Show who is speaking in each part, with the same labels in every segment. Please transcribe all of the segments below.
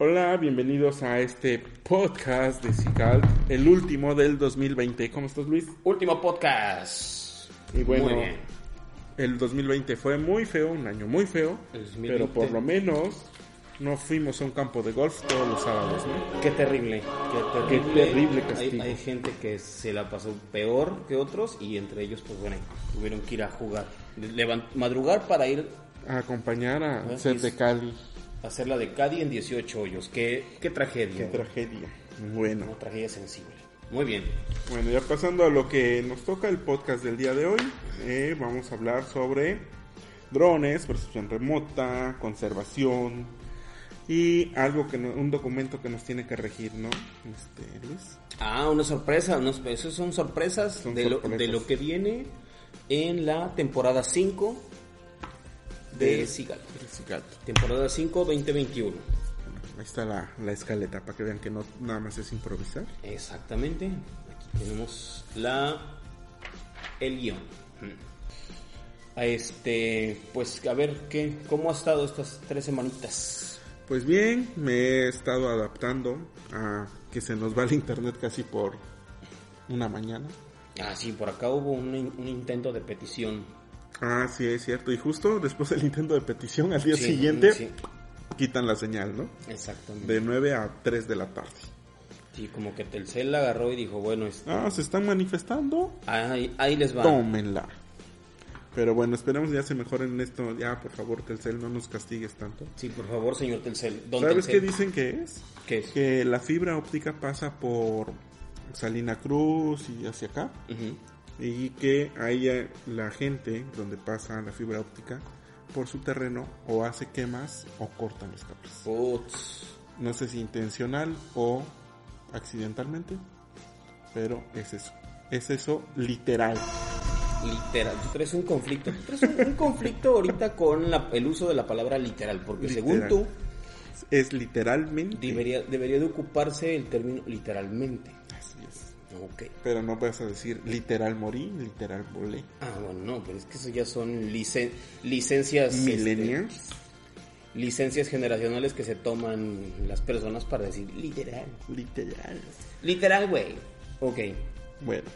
Speaker 1: Hola, bienvenidos a este podcast de Cicalt, el último del 2020. ¿Cómo estás, Luis?
Speaker 2: Último podcast.
Speaker 1: Y bueno,
Speaker 2: Muy bien.
Speaker 1: el 2020 fue muy feo, un año muy feo,
Speaker 2: El 2020.
Speaker 1: pero por lo menos no fuimos a un campo de golf todos los sábados, ¿no?
Speaker 2: Qué terrible. Qué terrible,
Speaker 1: Qué terrible
Speaker 2: Hay-
Speaker 1: castigo.
Speaker 2: Hay, gente que se la pasó peor que otros y entre ellos, pues bueno, tuvieron que ir a jugar. Levant- madrugar para ir
Speaker 1: A acompañar a
Speaker 2: Ah,
Speaker 1: ser
Speaker 2: sí.
Speaker 1: de Cali.
Speaker 2: a hacer la de Cádiz en 18 hoyos. Qué, qué
Speaker 1: Qué
Speaker 2: tragedia.
Speaker 1: tragedia. Bueno,
Speaker 2: Una tragedia sensible. Muy bien.
Speaker 1: bueno, ya pasando a lo que nos toca el podcast del día de hoy, eh, vamos a hablar sobre drones, percepción remota, conservación y algo que no- un documento que nos tiene que regir, ¿no? Este, Luis.
Speaker 2: Ah, una sorpresa. unos- esas son sorpresas,
Speaker 1: Son
Speaker 2: de, lo,
Speaker 1: sorpresas.
Speaker 2: de lo que viene en la temporada 5 de
Speaker 1: Del-
Speaker 2: Sigal.
Speaker 1: Cigato.
Speaker 2: Temporada 5, 2021.
Speaker 1: Ahí está la, la escaleta para que vean que no nada más es improvisar.
Speaker 2: Exactamente. Aquí tenemos la el guión. A Este, pues a ver qué, cómo ha estado estas tres semanitas.
Speaker 1: Pues bien, me he estado adaptando a que se nos va el internet casi por una mañana.
Speaker 2: Ah, sí, por acá hubo un, in- un intento de petición.
Speaker 1: Ah, sí, es cierto. Y justo después del intento de petición, al día
Speaker 2: Sí,
Speaker 1: siguiente,
Speaker 2: sí,
Speaker 1: quitan la señal, ¿no?
Speaker 2: exactamente.
Speaker 1: De 9 a 3 de la tarde.
Speaker 2: Sí, como que Telcel la agarró y dijo, bueno, es-
Speaker 1: Ah, se están manifestando.
Speaker 2: ahí, ahí les va.
Speaker 1: Tómenla. Pero bueno, esperemos ya se mejoren en esto. Ya, por favor, Telcel, no nos castigues tanto.
Speaker 2: Sí, por favor, señor Telcel. Don
Speaker 1: ¿Sabes qué
Speaker 2: Telcel.
Speaker 1: dicen que es?
Speaker 2: ¿Qué es?
Speaker 1: Que la fibra óptica pasa por Salina Cruz y hacia acá.
Speaker 2: Ujú.
Speaker 1: y que haya la gente donde pasa la fibra óptica por su terreno o hace quemas o cortan los cables.
Speaker 2: Putz.
Speaker 1: No sé si intencional o accidentalmente, pero es eso. Es eso literal.
Speaker 2: Literal, tú traes un conflicto. Tú traes un, un conflicto ahorita con la- el uso de la palabra literal, porque
Speaker 1: Literal.
Speaker 2: según tú
Speaker 1: Es literalmente.
Speaker 2: debería, debería de ocuparse el término literalmente.
Speaker 1: Así es.
Speaker 2: Ok.
Speaker 1: Pero no vas a decir literal morí, literal volé.
Speaker 2: Ah, bueno, no, pero es que eso ya son licen- licencias. este,
Speaker 1: Millennials.
Speaker 2: licencias generacionales que se toman las personas para decir literal.
Speaker 1: Literal.
Speaker 2: Literal, güey. Ok.
Speaker 1: Bueno.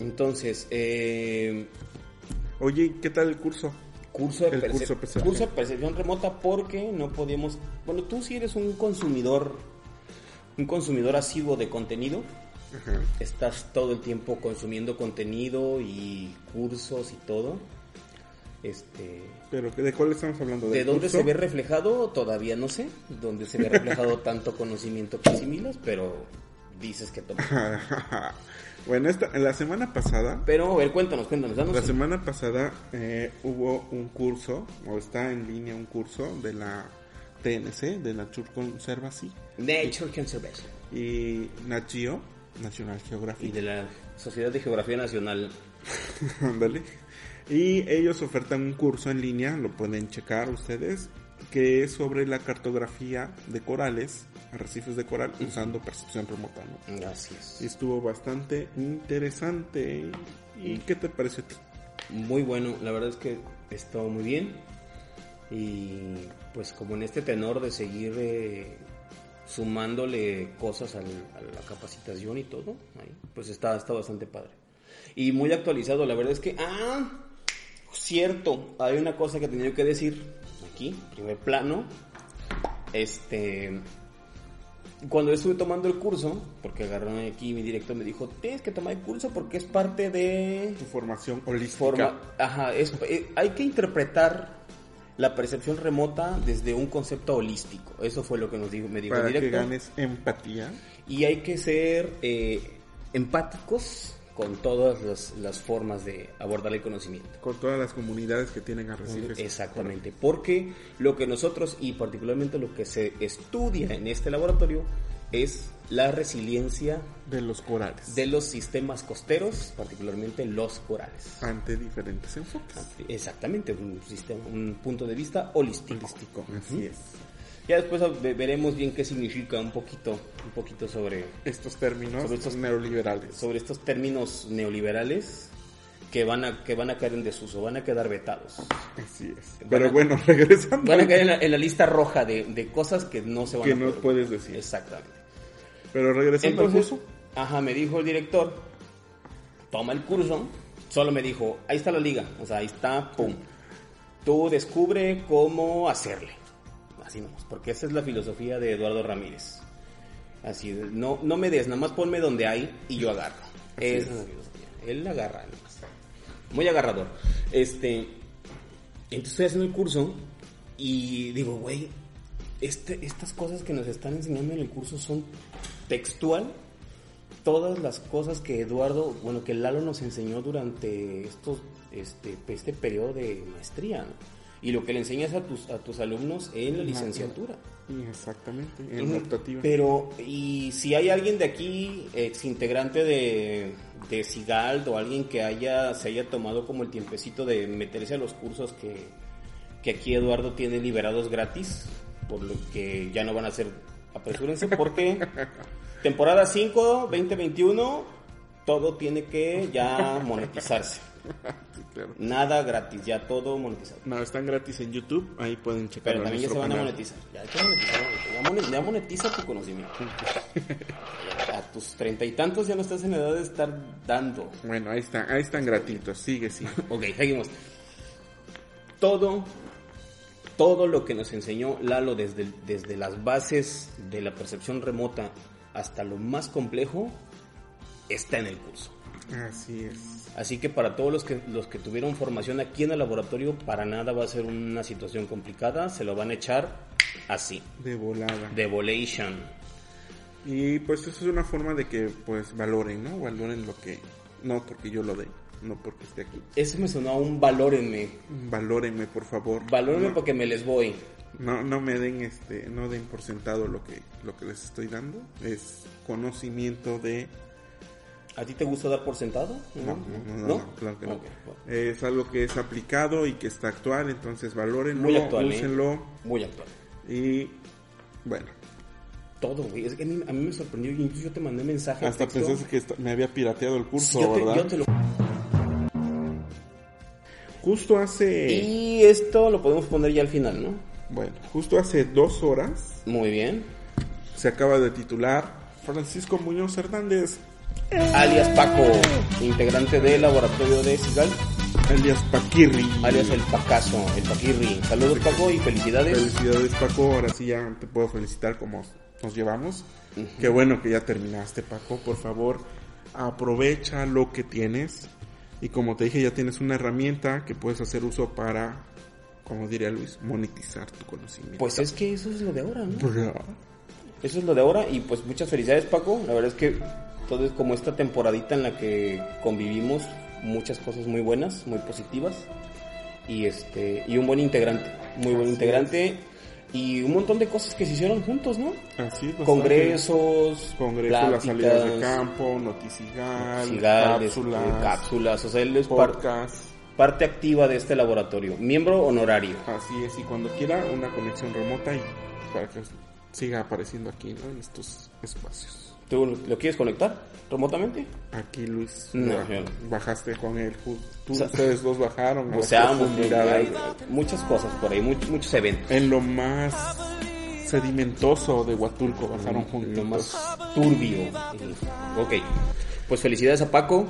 Speaker 2: Entonces, eh,
Speaker 1: Oye, ¿qué tal el curso?
Speaker 2: curso de,
Speaker 1: El
Speaker 2: perce-
Speaker 1: curso de percepción.
Speaker 2: curso de percepción remota porque no podíamos... Bueno, tú si eres un consumidor, un consumidor asiduo de contenido,
Speaker 1: Ajá.
Speaker 2: estás todo el tiempo consumiendo contenido y cursos y todo. Este,
Speaker 1: Pero ¿de cuál estamos hablando?
Speaker 2: ¿De
Speaker 1: ¿Del
Speaker 2: dónde
Speaker 1: curso?
Speaker 2: se ve reflejado? Todavía no sé. ¿Dónde se ve reflejado tanto conocimiento que asimilas? Pero dices que tomas.
Speaker 1: bueno, esta, la semana pasada
Speaker 2: Pero, a ver, cuéntanos, cuéntanos. Danos
Speaker 1: La
Speaker 2: un-
Speaker 1: semana pasada eh, hubo un curso, o está en línea un curso de la TNC, de Nature Conservancy
Speaker 2: Nature Conservation.
Speaker 1: y Nachio, National
Speaker 2: Y
Speaker 1: Geographic.
Speaker 2: de la Sociedad de Geografía Nacional.
Speaker 1: Ándale. Y ellos ofertan un curso en línea, lo pueden checar ustedes, que es sobre la cartografía de corales, arrecifes de coral, usando percepción remota. ¿no?
Speaker 2: Gracias.
Speaker 1: Y estuvo bastante interesante. ¿Y qué te pareció a ti?
Speaker 2: Muy bueno, la verdad es que estuvo muy bien. Y pues como en este tenor de seguir eh, sumándole cosas al- a la capacitación y todo, ahí, pues está, está bastante padre. Y muy actualizado, la verdad es que, ah, cierto, hay una cosa que tenía que decir aquí, primer plano. Este, cuando yo estuve tomando el curso, porque agarraron aquí mi director me dijo, tienes que tomar el curso porque es parte de
Speaker 1: Tu formación holística.
Speaker 2: forma, ajá, es- eh, hay que interpretar la percepción remota desde un concepto holístico. Eso fue lo que nos dijo, me dijo
Speaker 1: para
Speaker 2: el
Speaker 1: que
Speaker 2: director.
Speaker 1: ganes empatía.
Speaker 2: Y hay que ser eh, empáticos con todas las, las formas de abordar el conocimiento.
Speaker 1: Con todas las comunidades que tienen arrecifes.
Speaker 2: Exactamente, porque lo que nosotros y particularmente lo que se estudia en este laboratorio es la resiliencia
Speaker 1: De los corales.
Speaker 2: de los sistemas costeros, particularmente los corales.
Speaker 1: Ante diferentes enfoques.
Speaker 2: Exactamente, un, sistema, un punto de vista holístico.
Speaker 1: Holístico, así es.
Speaker 2: Ya después ve- veremos bien qué significa un poquito, un poquito sobre,
Speaker 1: Estos términos
Speaker 2: Sobre estos-
Speaker 1: neoliberales.
Speaker 2: sobre estos términos neoliberales que van a que van a caer en desuso, van a quedar vetados.
Speaker 1: Así es.
Speaker 2: Van
Speaker 1: Pero
Speaker 2: a-
Speaker 1: bueno, regresando.
Speaker 2: Van a caer en la, en la lista roja de, de cosas que no se van
Speaker 1: Que
Speaker 2: a
Speaker 1: no
Speaker 2: poder-
Speaker 1: puedes decir.
Speaker 2: Exactamente.
Speaker 1: Pero regresando
Speaker 2: Entonces,
Speaker 1: al curso.
Speaker 2: ajá, me dijo el director, toma el curso, solo me dijo, ahí está la liga, o sea, ahí está, pum. Tú descubre cómo hacerle. Así nomás, porque esa es la filosofía de Eduardo Ramírez. Así, de, no, no me des, nada más ponme donde hay y yo agarro. Esa es la filosofía. Él agarra nada más. Muy agarrador. Este, entonces estoy haciendo el curso y digo, güey, este, estas cosas que nos están enseñando en el curso son textual. Todas las cosas que Eduardo, bueno, que Lalo nos enseñó durante estos, este, este periodo de maestría, ¿no? Y lo que le enseñas a tus, a tus alumnos en la licenciatura.
Speaker 1: Sí, Exactamente. En la
Speaker 2: Ujú.
Speaker 1: optativa.
Speaker 2: Pero, y si hay alguien de aquí, ex integrante de, de Sigald o alguien que haya, se haya tomado como el tiempecito de meterse a los cursos que, que aquí Eduardo tiene liberados gratis, por lo que ya no van a ser, apresúrense porque temporada 5, 2021, todo tiene que ya monetizarse.
Speaker 1: Sí, claro.
Speaker 2: Nada gratis, ya todo monetizado.
Speaker 1: No, están gratis en YouTube. Ahí pueden checar.
Speaker 2: Pero también ya se van a monetizar. Ya, hay que monetizar, ya mone- ya monetiza tu conocimiento. A tus treinta y tantos ya no estás en la edad de estar dando.
Speaker 1: Bueno, ahí están, ahí están gratuitos. Sigue, sí.
Speaker 2: Ok, seguimos. Todo, todo lo que nos enseñó Lalo desde, desde las bases de la percepción remota hasta lo más complejo está en el curso.
Speaker 1: Así es.
Speaker 2: Así que para todos los que, los que tuvieron formación aquí en el laboratorio, para nada va a ser una situación complicada, se lo van a echar así.
Speaker 1: De volada.
Speaker 2: Devolation.
Speaker 1: Y pues eso es una forma de que pues valoren, ¿no? Valoren lo que... No porque yo lo dé, no porque esté aquí.
Speaker 2: Ese me sonó a un valórenme.
Speaker 1: Valórenme, por favor.
Speaker 2: Valórenme
Speaker 1: no,
Speaker 2: porque me les voy.
Speaker 1: no, no me den este, no den por sentado lo que, lo que les estoy dando. Es conocimiento de...
Speaker 2: ¿A ti te gusta dar por sentado?
Speaker 1: No, no, no, no, no, claro que no.
Speaker 2: Ok, bueno.
Speaker 1: Es algo que es aplicado y que está actual, entonces valórenlo,
Speaker 2: Muy actual, ¿eh?
Speaker 1: úsenlo
Speaker 2: Muy actual.
Speaker 1: y bueno.
Speaker 2: Todo, güey. Es que a mí, a mí me sorprendió. y Incluso yo te mandé mensaje.
Speaker 1: Hasta
Speaker 2: texto.
Speaker 1: pensaste que esta- me había pirateado el curso,
Speaker 2: yo te,
Speaker 1: ¿verdad?
Speaker 2: yo te lo...
Speaker 1: Justo hace...
Speaker 2: Y esto lo podemos poner ya al final, ¿no?
Speaker 1: Bueno, justo hace dos horas
Speaker 2: Muy bien.
Speaker 1: se acaba de titular Francisco Muñoz Hernández,
Speaker 2: Alias Paco, integrante del laboratorio de Sigal.
Speaker 1: alias Paquirri.
Speaker 2: Alias el Pacazo, el Paquirri. Saludos, Paco, y felicidades.
Speaker 1: Felicidades Paco, ahora sí ya te puedo felicitar como nos llevamos. Qué bueno que ya terminaste Paco, por favor aprovecha lo que tienes y como te dije ya tienes una herramienta que puedes hacer uso para, como diría Luis, monetizar tu conocimiento.
Speaker 2: Pues es que eso es lo de ahora, ¿no?
Speaker 1: Bro.
Speaker 2: Eso es lo de ahora y pues muchas felicidades Paco. La verdad es que todo es como esta temporadita en la que convivimos muchas cosas muy buenas, muy positivas y este y un buen integrante, muy buen
Speaker 1: Así
Speaker 2: integrante y un montón de cosas que se hicieron juntos, ¿no?
Speaker 1: Así es, bastante.
Speaker 2: Congresos,
Speaker 1: Congreso, las salidas de
Speaker 2: pláticas,
Speaker 1: campo, noticigal,
Speaker 2: ciudades,
Speaker 1: cápsulas,
Speaker 2: eh, cápsulas, o sea, él es par-
Speaker 1: podcast.
Speaker 2: parte activa de este laboratorio, miembro honorario.
Speaker 1: Así es, y cuando quiera una conexión remota y para que siga apareciendo aquí, ¿no? En estos espacios.
Speaker 2: ¿Tú lo- lo quieres conectar remotamente?
Speaker 1: Aquí Luis,
Speaker 2: No,
Speaker 1: ba-
Speaker 2: yo no.
Speaker 1: bajaste con él, ju- tú,
Speaker 2: O sea,
Speaker 1: ustedes dos bajaron. a
Speaker 2: O
Speaker 1: las
Speaker 2: sea, ambos,
Speaker 1: profundidades.
Speaker 2: hay muchas cosas por ahí, muchos, muchos eventos.
Speaker 1: En lo más sedimentoso de Huatulco bajaron juntos.
Speaker 2: lo más turbio. Ok, pues felicidades a Paco.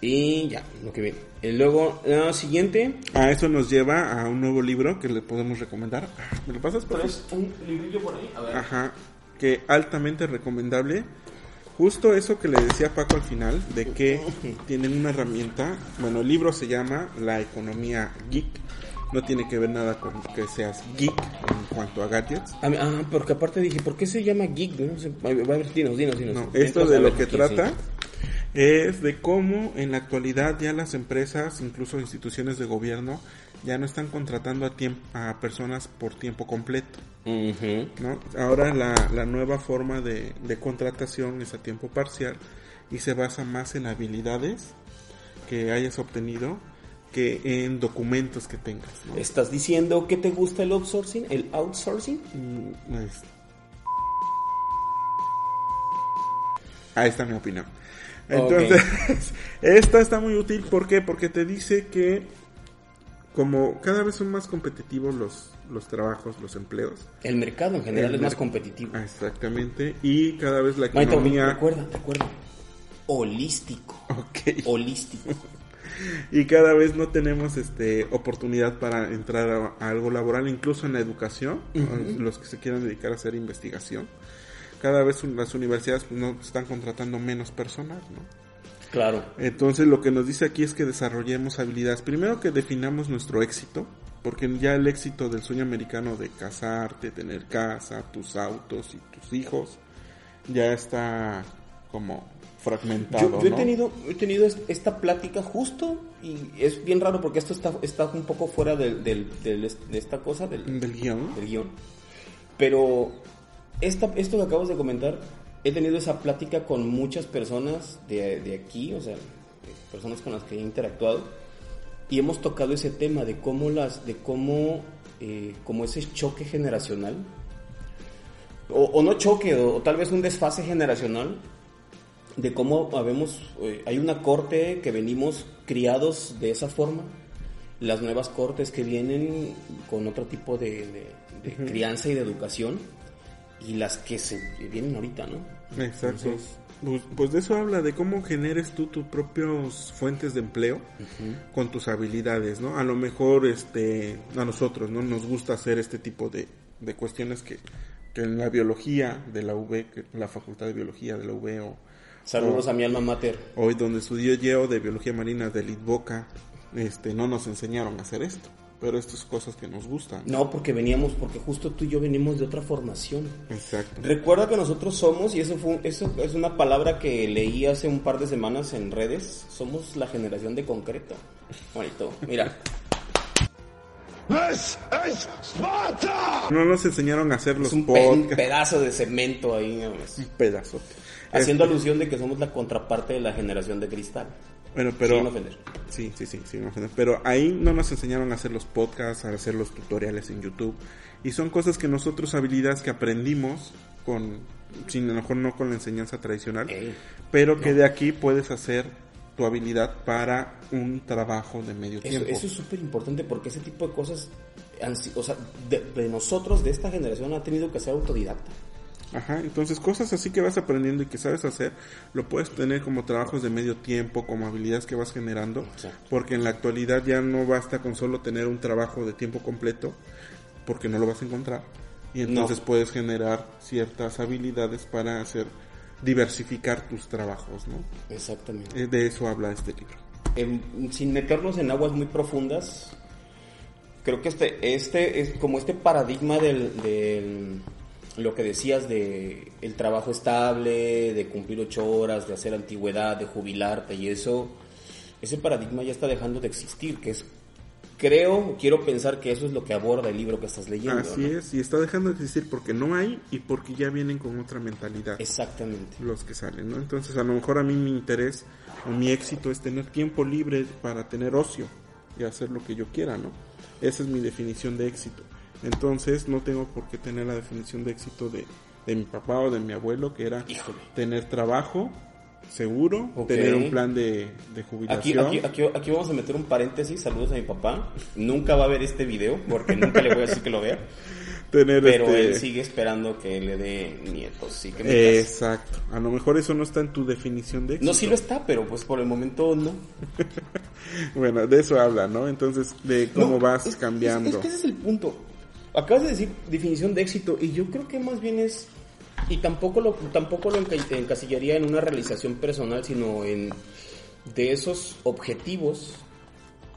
Speaker 2: Y ya, lo que viene. Y luego, lo siguiente.
Speaker 1: Ah, eso nos lleva a un nuevo libro que le podemos recomendar. Ah, ¿Me lo pasas, por favor?
Speaker 2: un librillo por ahí? A ver.
Speaker 1: Ajá, que altamente recomendable. Justo eso que le decía Paco al final, de que tienen una herramienta. Bueno, el libro se llama La economía geek. No tiene que ver nada con que seas geek en cuanto a gadgets.
Speaker 2: Ah, ah, porque aparte dije, ¿por qué se llama geek? No sé, a ver, dinos, dinos, dinos.
Speaker 1: No, esto de lo que trata es de cómo en la actualidad ya las empresas, incluso instituciones de gobierno, ya no están contratando a, tiemp- a personas por tiempo completo.
Speaker 2: Ujú.
Speaker 1: ¿no? Ahora la, la nueva forma de, de contratación es a tiempo parcial y se basa más en habilidades que hayas obtenido que en documentos que tengas. ¿no?
Speaker 2: ¿Estás diciendo que te gusta el outsourcing? ¿El outsourcing?
Speaker 1: Mm, es- Ahí está mi opinión. Entonces, esta está muy útil. ¿Por qué? Porque te dice que como cada vez son más competitivos los, los trabajos, los empleos.
Speaker 2: El mercado en general
Speaker 1: El
Speaker 2: es más
Speaker 1: merc-
Speaker 2: competitivo.
Speaker 1: Ah, Exactamente. Y cada vez la
Speaker 2: Manita,
Speaker 1: economía...
Speaker 2: recuerda, recuerda. Holístico.
Speaker 1: Ok.
Speaker 2: Holístico.
Speaker 1: y cada vez no tenemos este oportunidad para entrar a, a algo laboral, incluso en la educación, ¿no? los que se quieran dedicar a hacer investigación. Cada vez un- las universidades pues, no están contratando menos personas, ¿no?
Speaker 2: Claro.
Speaker 1: Entonces lo que nos dice aquí es que desarrollemos habilidades. Primero que definamos nuestro éxito, porque ya el éxito del sueño americano de casarte, tener casa, tus autos y tus hijos, ya está como fragmentado.
Speaker 2: Yo, yo he
Speaker 1: ¿no?
Speaker 2: tenido, he tenido es- esta plática justo y es bien raro porque esto está, está un poco fuera del- del- del es- de esta cosa, del,
Speaker 1: del guión.
Speaker 2: del guión. Pero esta, esto que acabas de comentar, he tenido esa plática con muchas personas de, de aquí, o sea, personas con las que he interactuado, y hemos tocado ese tema de cómo las, de cómo, eh, como ese choque generacional, o, o no choque, o, o tal vez un desfase generacional, de cómo habemos, eh, hay una corte que venimos criados de esa forma, las nuevas cortes que vienen con otro tipo de, de- de crianza y de educación, y las que se vienen ahorita, ¿no?
Speaker 1: Exacto. Pues, pues de eso habla, de cómo generes tú tus propios fuentes de empleo con tus habilidades, ¿no? A lo mejor este, a nosotros, ¿no? Nos gusta hacer este tipo de, de cuestiones que, que en la biología de la UV, que la Facultad de Biología de la UV o
Speaker 2: Saludos a mi alma mater.
Speaker 1: hoy donde estudió Yeo de Biología Marina de Litboca, este, no nos enseñaron a hacer esto, pero estas cosas que nos gustan.
Speaker 2: No, porque veníamos, porque justo tú y yo venimos de otra formación.
Speaker 1: Exacto.
Speaker 2: Recuerda que nosotros somos, y eso, fue, un- eso es una palabra que leí hace un par de semanas en redes, somos la generación de concreto. Bonito, mira.
Speaker 3: This is Sparta!
Speaker 1: No nos enseñaron a hacer los Este
Speaker 2: Es un, pe- un
Speaker 1: podcasts.
Speaker 2: pedazo de cemento ahí, nada más.
Speaker 1: pedazo.
Speaker 2: haciendo
Speaker 1: Este,
Speaker 2: alusión de que somos la contraparte de la generación de cristal.
Speaker 1: Bueno, pero...
Speaker 2: Sin ofender.
Speaker 1: Sí, sí, sí, sí, no ofender. Pero ahí no nos enseñaron a hacer los podcasts, a hacer los tutoriales en YouTube. Y son cosas que nosotros, habilidades que aprendimos con, sin a lo mejor no con la enseñanza tradicional,
Speaker 2: Ey,
Speaker 1: pero que de aquí puedes hacer tu habilidad para un trabajo de medio
Speaker 2: Eso,
Speaker 1: tiempo.
Speaker 2: eso es súper importante porque ese tipo de cosas, han si- o sea, de, de nosotros, de esta generación, ha tenido que ser autodidacta.
Speaker 1: Ajá, entonces cosas así que vas aprendiendo y que sabes hacer, lo puedes tener como trabajos de medio tiempo, como habilidades que vas generando,
Speaker 2: Exacto.
Speaker 1: porque en la actualidad ya no basta con solo tener un trabajo de tiempo completo, porque no lo vas a encontrar, y entonces
Speaker 2: No.
Speaker 1: puedes generar ciertas habilidades para hacer diversificar tus trabajos, ¿no?
Speaker 2: Exactamente.
Speaker 1: Eh, De eso habla este libro.
Speaker 2: en- sin meternos en aguas muy profundas, creo que este, este es como este paradigma del, del- lo que decías de el trabajo estable, de cumplir ocho horas, de hacer antigüedad, de jubilarte y eso, ese paradigma ya está dejando de existir, que es creo, quiero pensar que eso es lo que aborda el libro que estás leyendo.
Speaker 1: Así
Speaker 2: ¿no?
Speaker 1: es, y está dejando de existir porque no hay y porque ya vienen con otra mentalidad.
Speaker 2: Exactamente.
Speaker 1: los que salen, ¿no? Entonces a lo mejor a mí mi interés o mi éxito es tener tiempo libre para tener ocio y hacer lo que yo quiera, ¿no? Esa es mi definición de éxito. Entonces no tengo por qué tener la definición de éxito de, de mi papá o de mi abuelo, que era
Speaker 2: Híjole.
Speaker 1: tener trabajo seguro,
Speaker 2: Ok.
Speaker 1: tener un plan de, de
Speaker 2: Aquí,
Speaker 1: jubilación.
Speaker 2: aquí, aquí, aquí vamos a meter un paréntesis, saludos a mi papá. Nunca va a ver este video porque nunca le voy a decir que lo vea.
Speaker 1: tener
Speaker 2: Pero
Speaker 1: este-
Speaker 2: él sigue esperando que le dé nietos, sí que me caso.
Speaker 1: Exacto. A lo mejor eso no está en tu definición de éxito.
Speaker 2: No, sí lo está, pero pues por el momento no.
Speaker 1: Bueno, de eso habla, ¿no? Entonces, de cómo
Speaker 2: No,
Speaker 1: vas
Speaker 2: es-
Speaker 1: cambiando.
Speaker 2: Es, es que ese es el punto. Acabas de decir definición de éxito y yo creo que más bien es... Y tampoco lo, tampoco lo enca- encasillaría en una realización personal, sino en de esos objetivos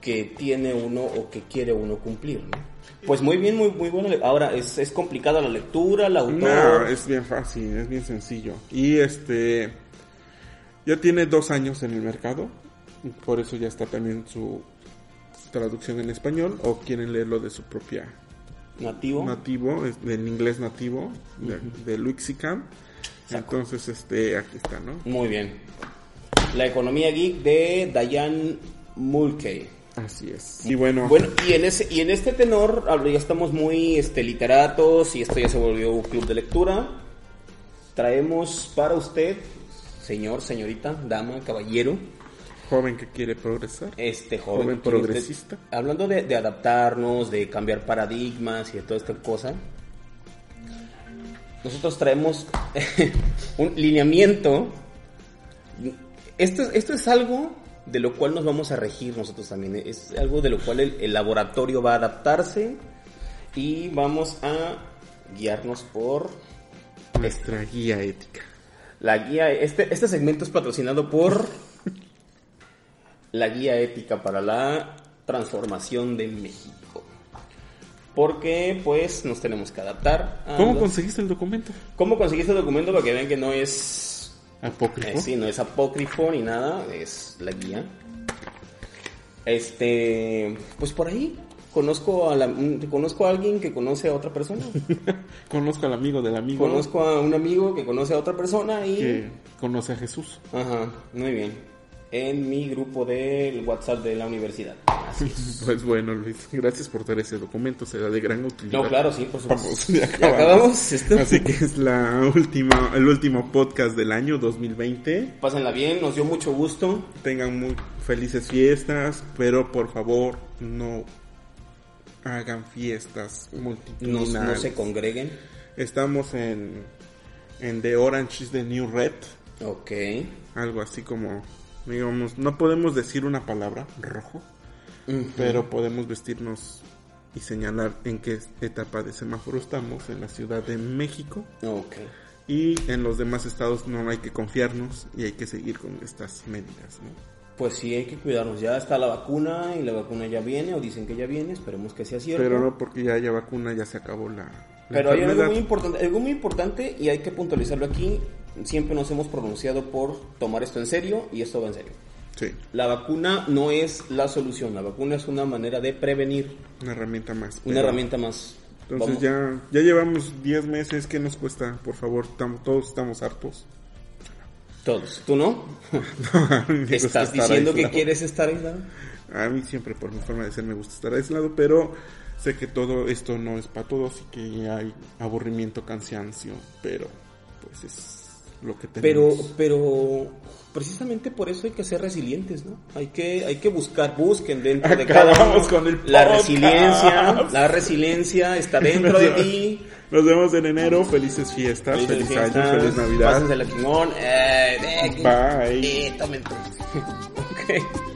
Speaker 2: que tiene uno o que quiere uno cumplir, ¿no? Pues muy bien, muy, muy bueno. Ahora, es, es complicada la lectura, la autor...
Speaker 1: No, es bien fácil, es bien sencillo. Y este Ya tiene dos años en el mercado, y por eso ya está también su traducción en español, o quieren leerlo de su propia
Speaker 2: Nativo.
Speaker 1: nativo, es del inglés nativo, de, de Lexicon. Entonces, este, aquí está, ¿no?
Speaker 2: Muy bien. La economía geek de Diane Mulcahy.
Speaker 1: Así es. Y bueno,
Speaker 2: Bueno, y en, ese, y en este tenor ahora ya estamos muy este, literatos y esto ya se volvió un club de lectura. Traemos para usted, señor, señorita, dama, caballero,
Speaker 1: joven que quiere progresar.
Speaker 2: este joven.
Speaker 1: Joven
Speaker 2: que quiere
Speaker 1: progresista.
Speaker 2: usted- hablando de, de adaptarnos, de cambiar paradigmas y de toda esta cosa, nosotros traemos un lineamiento. Esto, esto es algo de lo cual nos vamos a regir nosotros también. Es algo de lo cual el, el laboratorio va a adaptarse y vamos a guiarnos por
Speaker 1: Nuestra guía ética.
Speaker 2: la guía. Este, este segmento es patrocinado por la guía ética para la transformación de México. Porque pues nos tenemos que adaptar. a
Speaker 1: ¿Cómo
Speaker 2: los-
Speaker 1: conseguiste el documento?
Speaker 2: ¿Cómo conseguí este documento para que vean que no es
Speaker 1: Apócrifo.
Speaker 2: eh, sí, no es apócrifo ni nada, es la guía. Este, pues por ahí conozco a la- un- conozco a alguien que conoce a otra persona.
Speaker 1: Conozco al amigo del amigo
Speaker 2: conozco a un amigo que conoce a otra persona y
Speaker 1: que conoce a Jesús.
Speaker 2: Ajá, muy bien. En mi grupo del WhatsApp de la universidad. Así es.
Speaker 1: Pues bueno, Luis, gracias por traer ese documento, será de gran utilidad.
Speaker 2: No, claro, sí, por supuesto.
Speaker 1: Vamos,
Speaker 2: Ya
Speaker 1: ya acabamos.
Speaker 2: acabamos, esto.
Speaker 1: Así que es la última, el último podcast del año 2020.
Speaker 2: Pásenla bien, nos dio mucho gusto.
Speaker 1: Tengan muy felices fiestas, pero por favor no hagan fiestas
Speaker 2: Nos-
Speaker 1: multitudinarias.
Speaker 2: no se congreguen.
Speaker 1: Estamos en, en The Orange is the New Red,
Speaker 2: Ok.
Speaker 1: algo así como, digamos, no podemos decir una palabra, rojo, pero podemos vestirnos y señalar en qué etapa de semáforo estamos en la Ciudad de México
Speaker 2: Ok.
Speaker 1: y en los demás estados no hay que confiarnos y hay que seguir con estas medidas, ¿no?
Speaker 2: Pues sí, hay que cuidarnos. Ya está la vacuna y la vacuna ya viene, o dicen que ya viene, esperemos que sea cierto.
Speaker 1: Pero no porque ya haya vacuna, ya se acabó la, la
Speaker 2: Pero hay algo
Speaker 1: enfermedad.
Speaker 2: muy importante, algo muy importante y hay que puntualizarlo aquí. Siempre nos hemos pronunciado por tomar esto en serio y esto va en serio.
Speaker 1: Sí,
Speaker 2: La vacuna no es la solución, la vacuna es una manera de prevenir.
Speaker 1: una herramienta más.
Speaker 2: Una
Speaker 1: pero-
Speaker 2: herramienta más.
Speaker 1: Entonces
Speaker 2: Vamos.
Speaker 1: ya, ya llevamos 10 meses, ¿qué nos cuesta? Por favor, tam- todos estamos hartos.
Speaker 2: Todos. ¿Tú no?
Speaker 1: Me gusta
Speaker 2: ¿Estás
Speaker 1: estar
Speaker 2: diciendo que
Speaker 1: aislado.
Speaker 2: quieres estar aislado?
Speaker 1: A mí siempre, por mi forma de ser, me gusta estar aislado, pero sé que todo esto no es para todos y que hay aburrimiento, cansancio, pero pues es lo que
Speaker 2: Pero,
Speaker 1: tenemos.
Speaker 2: pero precisamente por eso hay que ser resilientes, ¿no? Hay que, hay que buscar, busquen dentro de cada
Speaker 1: Acabamos
Speaker 2: uno.
Speaker 1: con el
Speaker 2: la
Speaker 1: podcast.
Speaker 2: resiliencia, la resiliencia está dentro de ti.
Speaker 1: Nos vemos en enero, felices fiestas, feliz año, feliz Navidad.
Speaker 2: Pásensela chingón. Eh, eh,
Speaker 1: Bye.
Speaker 2: eh, tomen todos. Ok.